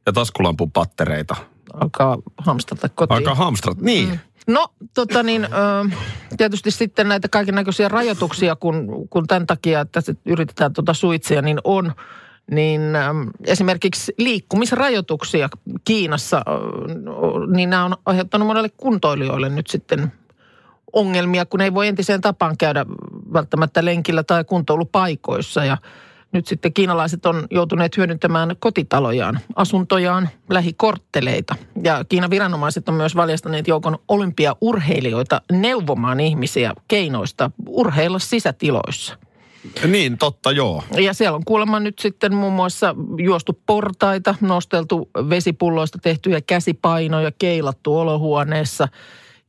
Speaker 2: ja taskulampun pattereita?
Speaker 3: Niin. alkaa hamstata kotiin.
Speaker 2: Aika hamstrat. Niin. Mm.
Speaker 3: No, tota niin, ö, tietysti sitten näitä kaiken näköisiä rajoituksia, kun, kun tämän takia, että sit yritetään tuota suitsia, niin on. Niin äm, esimerkiksi liikkumisrajoituksia Kiinassa, ö, niin nämä on aiheuttanut monelle kuntoilijoille nyt sitten ongelmia, kun ei voi entiseen tapaan käydä välttämättä lenkillä tai kuntoilupaikoissa. Ja nyt sitten kiinalaiset on joutuneet hyödyntämään kotitalojaan, asuntojaan, lähikortteleita. Ja Kiinan viranomaiset on myös valjastaneet joukon olympiaurheilijoita neuvomaan ihmisiä keinoista urheilla sisätiloissa. Mm.
Speaker 2: Niin, totta joo.
Speaker 3: Ja siellä on kuulemma nyt sitten muun muassa juostu portaita, nosteltu vesipulloista tehtyjä käsipainoja, keilattu olohuoneessa.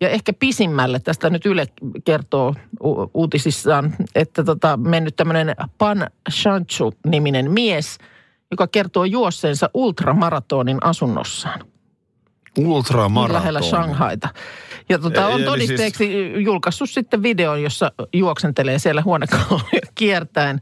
Speaker 3: Ja ehkä pisimmälle, tästä nyt Yle kertoo u- uutisissaan, että tota, mennyt tämmöinen Pan Shanchu-niminen mies, joka kertoo juosseensa ultramaratonin asunnossaan
Speaker 2: Ultramaraton.
Speaker 3: Niin lähellä Shanghaita. Ja tota,
Speaker 2: Eli
Speaker 3: on
Speaker 2: siis-
Speaker 3: todisteeksi siis... julkaissut sitten videon, jossa juoksentelee siellä huonekaluja kiertäen.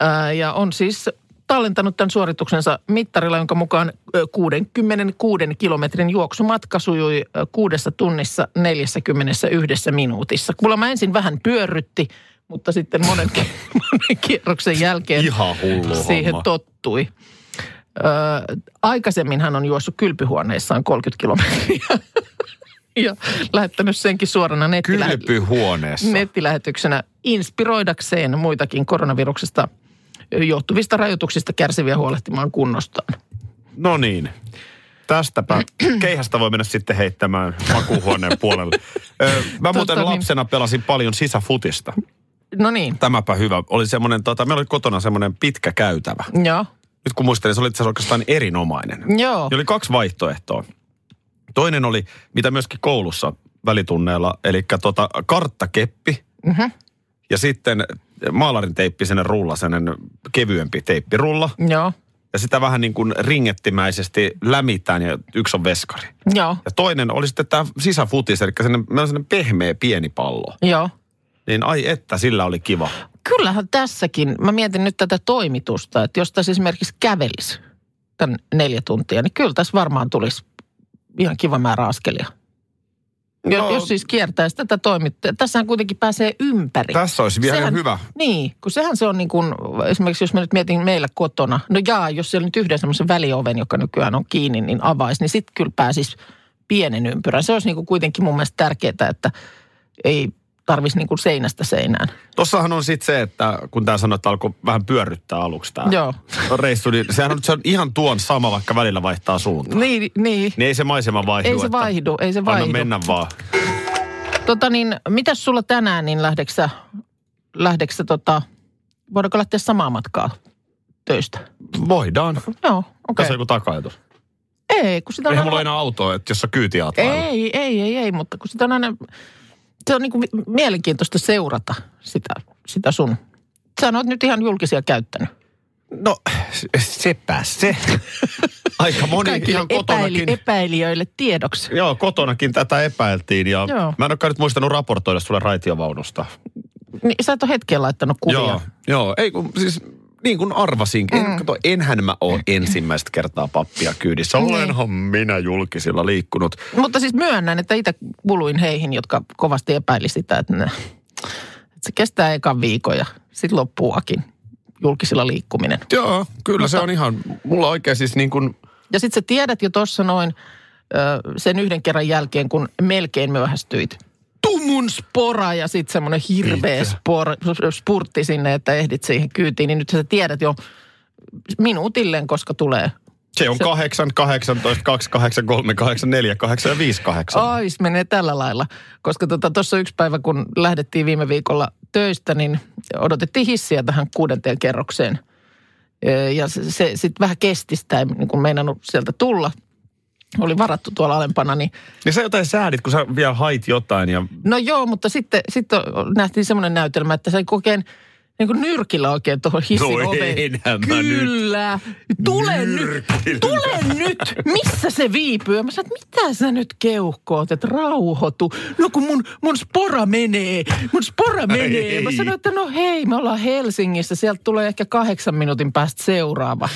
Speaker 3: Ää, Ja on siis tallentanut tämän suorituksensa mittarilla, jonka mukaan ö, 66 kilometrin juoksumatka sujui ö, kuudessa tunnissa 41 minuutissa. Kuulemma ensin vähän pyörrytti, mutta sitten monen, monen kierroksen jälkeen
Speaker 2: Ihan hullu
Speaker 3: siihen
Speaker 2: homma.
Speaker 3: tottui. Öö, aikaisemmin hän on juossut kylpyhuoneessaan 30 kilometriä ja lähettänyt senkin suorana nettilä-
Speaker 2: Kylpyhuoneessa.
Speaker 3: nettilähetyksenä inspiroidakseen muitakin koronaviruksesta johtuvista rajoituksista kärsiviä huolehtimaan kunnostaan.
Speaker 2: No niin. Tästäpä keihästä voi mennä sitten heittämään makuuhuoneen puolelle. Ö, Mä muuten
Speaker 3: niin.
Speaker 2: lapsena pelasin paljon sisäfutista.
Speaker 3: No niin,
Speaker 2: Tämäpä hyvä. Oli semmoinen, tota, meillä oli kotona semmoinen pitkä käytävä.
Speaker 3: joo.
Speaker 2: Nyt kun muistelin, se oli itse asiassa oikeastaan erinomainen.
Speaker 3: Joo.
Speaker 2: Ja oli kaksi vaihtoehtoa. Toinen oli, mitä myöskin koulussa välitunneella, eli tota, karttakeppi. Mm-hmm.
Speaker 3: Mhm.
Speaker 2: Ja sitten maalarin teippi, sellainen rulla, sellainen kevyempi teippirulla.
Speaker 3: Joo,
Speaker 2: Ja sitä vähän niin kuin ringettimäisesti lämitään ja yksi on veskari.
Speaker 3: joo,
Speaker 2: Ja toinen oli sitten tämä sisäfutis, eli sellainen, meillä on sellainen pehmeä pieni pallo.
Speaker 3: joo.
Speaker 2: Niin ai että, sillä oli kiva.
Speaker 3: Kyllähän tässäkin, mä mietin nyt tätä toimitusta, että jos tässä esimerkiksi kävelisi tämän neljä tuntia, niin kyllä tässä varmaan tulisi ihan kiva määrä askelia.
Speaker 2: No.
Speaker 3: No, jos, jos siis kiertäisi tätä toimittajaa. Tässähän kuitenkin pääsee ympäri.
Speaker 2: Tässä olisi vielä ihan hyvä.
Speaker 3: Niin, kun sehän se on niin kuin, esimerkiksi jos mä nyt mietin meillä kotona. No jaa, jos siellä nyt yhden semmoisen välioven, joka nykyään on kiinni, niin avaisi, niin sitten kyllä pääsisi pienen ympyrän. Se olisi niin kuin kuitenkin mun mielestä tärkeää, että ei tarvitsisi niin kuin seinästä seinään.
Speaker 2: Tossahan on sitten se, että kun tämä sanoi, että alkoi vähän pyörryttää aluksi tämä
Speaker 3: Joo.
Speaker 2: reissu, niin sehän on, se on ihan tuon sama, vaikka välillä vaihtaa suuntaa.
Speaker 3: Niin, niin.
Speaker 2: Niin ei se maisema vaihdu.
Speaker 3: Ei se
Speaker 2: että
Speaker 3: vaihdu, ei se
Speaker 2: Anna
Speaker 3: vaihdu.
Speaker 2: mennä vaan.
Speaker 3: Tota niin, mitäs sulla tänään, niin lähdetkö sä, lähdetkö sä tota, voidaanko lähteä samaa matkaa töistä?
Speaker 2: Voidaan. Okay.
Speaker 3: Joo, okei.
Speaker 2: Tässä on joku takajatus.
Speaker 3: Ei, kun sitä on
Speaker 2: Eihän mulla
Speaker 3: aina-
Speaker 2: ole enää autoa, että jos sä kyytiä
Speaker 3: Ei, ei, ei, ei, mutta kun sitä on aina, se on niin kuin mielenkiintoista seurata sitä, sitä sun. Sä oot nyt ihan julkisia käyttänyt.
Speaker 2: No, se- sepä se. Aika moni niin, ihan kotonakin.
Speaker 3: epäilijöille tiedoksi.
Speaker 2: Joo, kotonakin tätä epäiltiin ja
Speaker 3: Joo.
Speaker 2: mä en olekaan nyt muistanut raportoida sulle raitiovaunusta.
Speaker 3: Niin, sä et ole hetken laittanut kuvia. Mm.
Speaker 2: Joo, joo, ei kun siis niin kuin arvasinkin. En, kato, enhän mä ole ensimmäistä kertaa pappia kyydissä.
Speaker 3: Niin.
Speaker 2: Olenhan minä julkisilla liikkunut.
Speaker 3: Mutta siis myönnän, että itse kuluin heihin, jotka kovasti epäili sitä, että, ne, että se kestää ekan viikon ja sitten loppuakin julkisilla liikkuminen.
Speaker 2: Joo, kyllä se on ihan, mulla oikein siis niin kuin,
Speaker 3: Ja sitten sä tiedät jo tuossa noin ö, sen yhden kerran jälkeen, kun melkein myöhästyit. Tumun spora ja sitten semmoinen hirveä spor, spurtti sinne, että ehdit siihen kyytiin. Niin nyt sä tiedät jo minuutilleen, koska tulee.
Speaker 2: se on 8, 18, 28, 3, 8, 4, 8 ja 5, 8.
Speaker 3: Ais, menee tällä lailla. Koska tuossa tota, tossa yksi päivä, kun lähdettiin viime viikolla töistä, niin odotettiin hissiä tähän kuudenteen kerrokseen. Ö, Ja se, se sitten vähän kesti sitä, ei niin kuin meinannut sieltä tulla. Oli varattu tuolla alempana, niin
Speaker 2: Niin sä jotain säädit, kun sä vielä hait jotain ja
Speaker 3: No joo, mutta sitten, sitten nähtiin semmoinen näytelmä, että se kokeen niin kuin nyrkillä oikein tuohon hissin
Speaker 2: No
Speaker 3: oveen.
Speaker 2: enhän mä
Speaker 3: Kyllä. Tule nyt.
Speaker 2: Nyrkillä.
Speaker 3: Tule nyt. Missä se viipyy? Ja mä sanoin, että mitä sä nyt keuhkoot, että rauhoitu. No kun mun, mun spora menee. Mun spora menee. Mä
Speaker 2: Ei.
Speaker 3: sanoin, että no hei, me ollaan Helsingissä. Sieltä tulee ehkä kahdeksan minuutin päästä seuraava.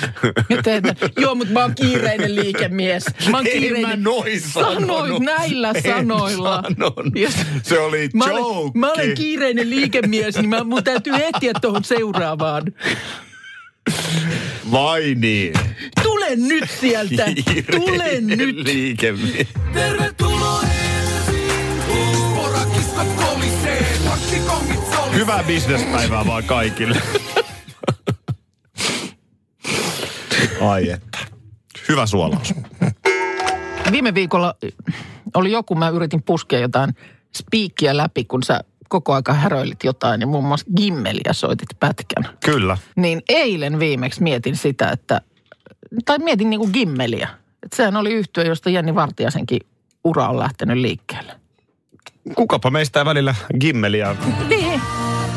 Speaker 3: Ja teet, joo, mutta mä oon kiireinen liikemies. Mä oon
Speaker 2: En
Speaker 3: kiireinen.
Speaker 2: mä noin sanonut.
Speaker 3: Sanoit näillä
Speaker 2: En
Speaker 3: sanoilla.
Speaker 2: sanonut.
Speaker 3: Jos-
Speaker 2: Se oli
Speaker 3: mä olen,
Speaker 2: joke.
Speaker 3: mä olen kiireinen liikemies, niin mä, mun täytyy ehtiä tuohon seuraavaan.
Speaker 2: vai niin.
Speaker 3: Tule nyt sieltä! Tule
Speaker 2: Kiireinen
Speaker 3: nyt!
Speaker 2: Liikemies.
Speaker 8: Tervetuloa Helsinkiin. Sporakista kolisee. Taksikongit solisee.
Speaker 2: Hyvää bisnespäivää vaan kaikille. Ai että. Hyvä suolaus.
Speaker 3: Viime viikolla oli joku, mä yritin puskea jotain spiikkiä läpi, kun sä koko aika häröilit jotain ja muun muassa gimmeliä soitit pätkän.
Speaker 2: Kyllä.
Speaker 3: Niin eilen viimeksi mietin sitä, että, tai mietin niinku gimmeliä. Et sehän oli yhtyö, josta Jenni Vartiasenkin ura on lähtenyt liikkeelle.
Speaker 2: Kukapa meistä ei välillä gimmeliä.
Speaker 3: Niin.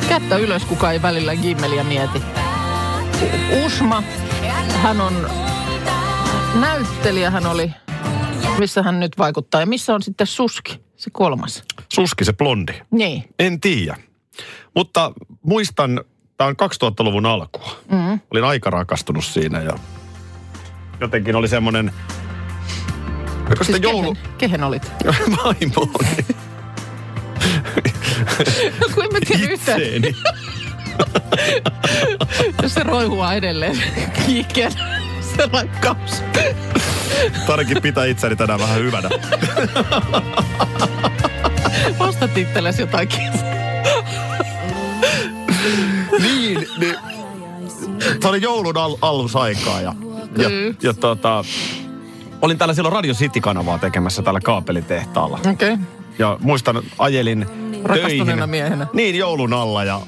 Speaker 3: Kättä ylös, kuka ei välillä gimmeliä mieti. U- Usma, hän on näyttelijä, hän oli, missä hän nyt vaikuttaa. Ja missä on sitten Suski, se kolmas.
Speaker 2: Suski se blondi.
Speaker 3: Niin,
Speaker 2: En tiedä. Mutta muistan, tämä on 2000-luvun alkua. Mm. Olin aika rakastunut siinä ja jotenkin oli semmoinen... Koska
Speaker 3: siis
Speaker 2: siis joulu...
Speaker 3: kehen, kehen olit?
Speaker 2: Vaimooni.
Speaker 3: No kun en mä tiedä yhtään,
Speaker 2: Itseeni.
Speaker 3: jos se roihuaa edelleen kiikkeen. Se rakkaus.
Speaker 2: Tarkin pitää itseäni tänään vähän hyvänä.
Speaker 3: Ostat itsellesi jotakin.
Speaker 2: niin, niin. Se oli joulun al- alusaikaa ja, ja,
Speaker 3: Mm.
Speaker 2: ja tota, olin täällä silloin Radio City-kanavaa tekemässä täällä kaapelitehtaalla.
Speaker 3: Okei. Okay.
Speaker 2: Ja muistan, ajelin
Speaker 3: Rakastuneena
Speaker 2: töihin.
Speaker 3: miehenä.
Speaker 2: Niin, joulun alla ja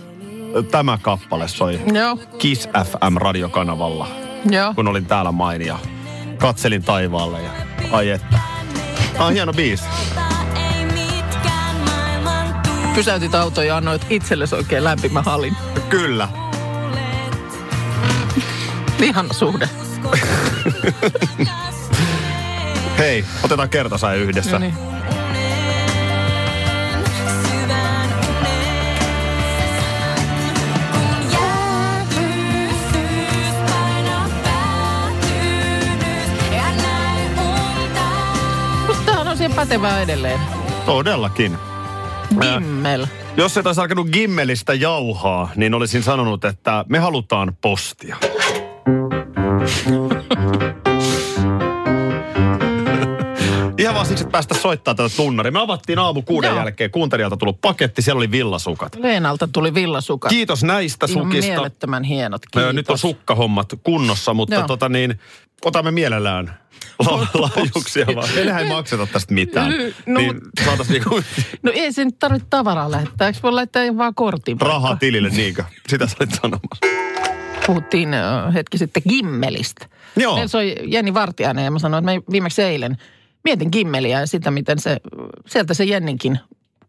Speaker 2: tämä kappale soi
Speaker 3: Joo,
Speaker 2: Kiss FM-radiokanavalla,
Speaker 3: joo.
Speaker 2: kun olin täällä main ja katselin taivaalle ja ai että. Tämä on hieno biisi.
Speaker 3: Pysäytit auton ja annoit itsellesi oikein lämpimän hallin.
Speaker 2: Kyllä.
Speaker 3: Ihana suhde.
Speaker 2: Hei, otetaan kertasäe yhdessä.
Speaker 3: No niin. oikein pätevää edelleen.
Speaker 2: Todellakin.
Speaker 3: Niin. Gimmel.
Speaker 2: Jos et olisi alkanut gimmelistä jauhaa, niin olisin sanonut, että me halutaan postia. Ihan vaan siksi, että päästä soittaa tätä tunnaria. Me avattiin aamu kuuden
Speaker 3: Joo.
Speaker 2: jälkeen kuuntelijalta tullut paketti, siellä oli villasukat.
Speaker 3: Leenalta tuli villasukat.
Speaker 2: Kiitos näistä
Speaker 3: Ihan
Speaker 2: sukista.
Speaker 3: mielettömän hienot,
Speaker 2: Öö,
Speaker 3: kiitos.
Speaker 2: Nyt on sukkahommat kunnossa, mutta
Speaker 3: Joo.
Speaker 2: tota niin, otamme mielellään la- lahjuksia vaan. Me ei makseta tästä mitään.
Speaker 3: No,
Speaker 2: niin saataisiin niinku
Speaker 3: No ei se nyt tarvitse tavaraa lähettää. Eikö voi laittaa ihan vaan kortin?
Speaker 2: rahaa tilille, niinkö? Sitä sä olit sanomassa.
Speaker 3: Puhuttiin ö, hetki sitten gimmelistä.
Speaker 2: Joo.
Speaker 3: Meillä soi Jenni Vartiainen ja mä sanoin, että mä viimeksi eilen mietin gimmeliä ja sitä, miten se, sieltä se Jenninkin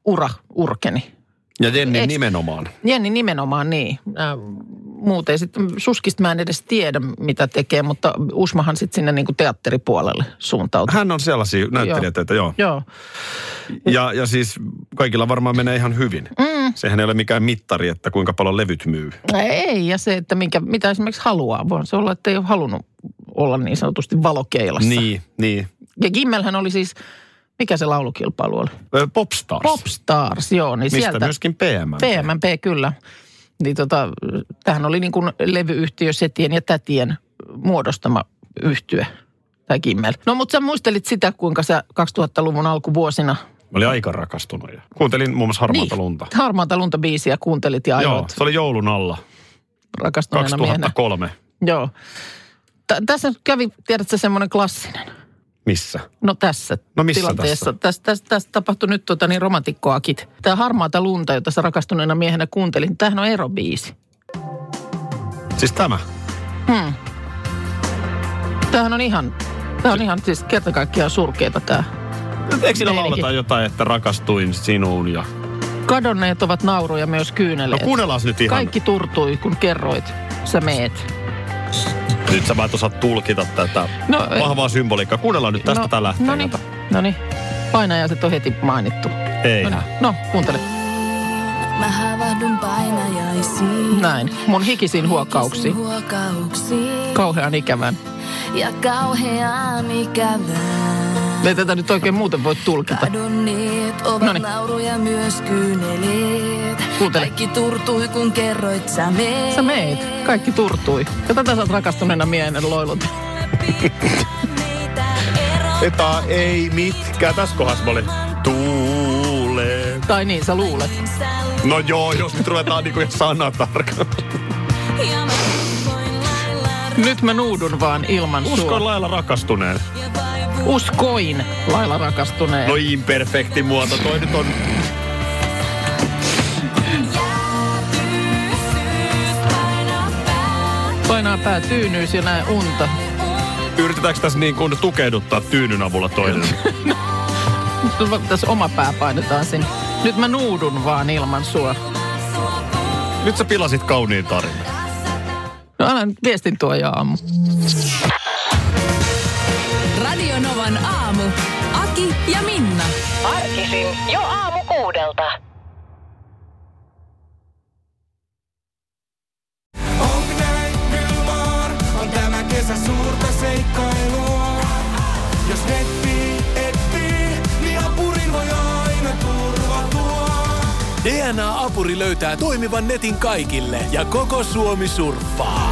Speaker 3: ura urkeni.
Speaker 2: Ja Jenni
Speaker 3: Eks-
Speaker 2: nimenomaan.
Speaker 3: Jenni nimenomaan niin. Äh, muuten sitten suskista mä en edes tiedä, mitä tekee, mutta Usmahan sitten sinne niinku teatteripuolelle suuntautuu.
Speaker 2: Hän on sellaisia näyttelijöitä, joo.
Speaker 3: Joo.
Speaker 2: Ja, ja siis kaikilla varmaan menee ihan hyvin. Mm. Sehän ei ole mikään mittari, että kuinka paljon levyt myy.
Speaker 3: Ei, ja se, että minkä, mitä esimerkiksi haluaa. Voi se olla, että ei ole halunnut olla niin sanotusti valokeilassa.
Speaker 2: Niin, niin.
Speaker 3: Ja Gimmelhän oli siis, mikä se laulukilpailu oli?
Speaker 2: Ö, Popstars.
Speaker 3: Popstars, joo. Niin
Speaker 2: Mistä
Speaker 3: sieltä,
Speaker 2: myöskin PM.
Speaker 3: PMP, kyllä. Niin tota, tämähän oli niin kuin levyyhtiö Setien ja Tätien muodostama yhtye tai Gimmel. No mutta sä muistelit sitä, kuinka sä 2000-luvun alkuvuosina
Speaker 2: Mä olin aika rakastunut. ja Kuuntelin muun muassa Harmaata
Speaker 3: Niin,
Speaker 2: lunta.
Speaker 3: harmaata lunta biisiä kuuntelit ja
Speaker 2: Joo,
Speaker 3: aivoit
Speaker 2: se oli joulun alla
Speaker 3: rakastuneena miehenä.
Speaker 2: 2003.
Speaker 3: Joo. T- tässä nyt kävi, tiedätkö, semmoinen klassinen.
Speaker 2: Missä?
Speaker 3: No tässä
Speaker 2: No missä
Speaker 3: tilanteessa. Tässä? Tässä, tässä tapahtui nyt tota, niin romantikkoakit. Tämä harmaata lunta, jota sä rakastuneena miehenä kuuntelin, tämähän on erobiisi.
Speaker 2: Siis tämä.
Speaker 3: Mm. Tämähän on ihan, tämä on ihan siis kerta kaikkiaan surkeeta tämä.
Speaker 2: Eikö siinä
Speaker 3: Meininki.
Speaker 2: lauleta jotain, että rakastuin sinuun ja...
Speaker 3: Kadonneet ovat nauruja myös
Speaker 2: No
Speaker 3: kyyneleet.
Speaker 2: kuunnellaan nyt ihan.
Speaker 3: Kaikki turtui, kun kerroit, sä meet.
Speaker 2: Nyt sä vaan osaat tulkita tätä
Speaker 3: No,
Speaker 2: vahvaa symboliikkaa. Kuunnellaan nyt tästä tää lähtee.
Speaker 3: No niin, no niin. Painajaiset on heti mainittu.
Speaker 2: Ei.
Speaker 3: No, niin. no, kuuntele.
Speaker 6: Mä havahdun painajaisiin.
Speaker 3: Näin. Mun hikisin huokauksi.
Speaker 6: Huokauksiin.
Speaker 3: Kauhean ikävän.
Speaker 6: ja kauhean ikävää.
Speaker 3: Me ei tätä nyt oikein muuten voi tulkita.
Speaker 6: Kadonneet ovat
Speaker 3: Noniin.
Speaker 6: nauruja myös kyyneleet.
Speaker 3: Kuuntele.
Speaker 6: Kaikki turtui, kun kerroit sä meet.
Speaker 3: Sä meet. Kaikki turtui. Ja tätä sä oot rakastuneena miehen loilut.
Speaker 2: Eta ei mitkä. Tässä kohdassa mä olin. Tuule.
Speaker 3: Tai niin, sä luulet.
Speaker 2: No joo, jos nyt ruvetaan niinku sana tarkkaan.
Speaker 3: Nyt mä nuudun vaan ilman
Speaker 2: Uskon
Speaker 3: sua.
Speaker 2: lailla rakastuneen.
Speaker 3: Uskoin lailla rakastuneen.
Speaker 2: No imperfekti muoto, toi nyt on...
Speaker 3: Painaa pää tyynyys ja näe unta.
Speaker 2: Yritetäänkö tässä niin kuin tukehduttaa tyynyn avulla toinen?
Speaker 3: Nyt va- tässä oma pää painetaan sinne. Nyt mä nuudun vaan ilman sua.
Speaker 2: nyt sä pilasit kauniin tarinan.
Speaker 3: No älä nyt viestin tuo aamu.
Speaker 1: Radio Novan aamu. Aki ja Minna.
Speaker 10: Arkisin jo aamu kuudelta.
Speaker 8: Jos nettiin etsii, niin apurin voi aina turvatua.
Speaker 9: DNA-apuri löytää toimivan netin kaikille ja koko Suomi surffaa.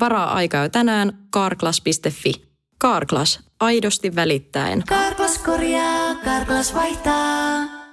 Speaker 7: Varaa aika jo tänään karklas.fi. Karklas, aidosti välittäen.
Speaker 6: Karklas korjaa, Karklas vaihtaa.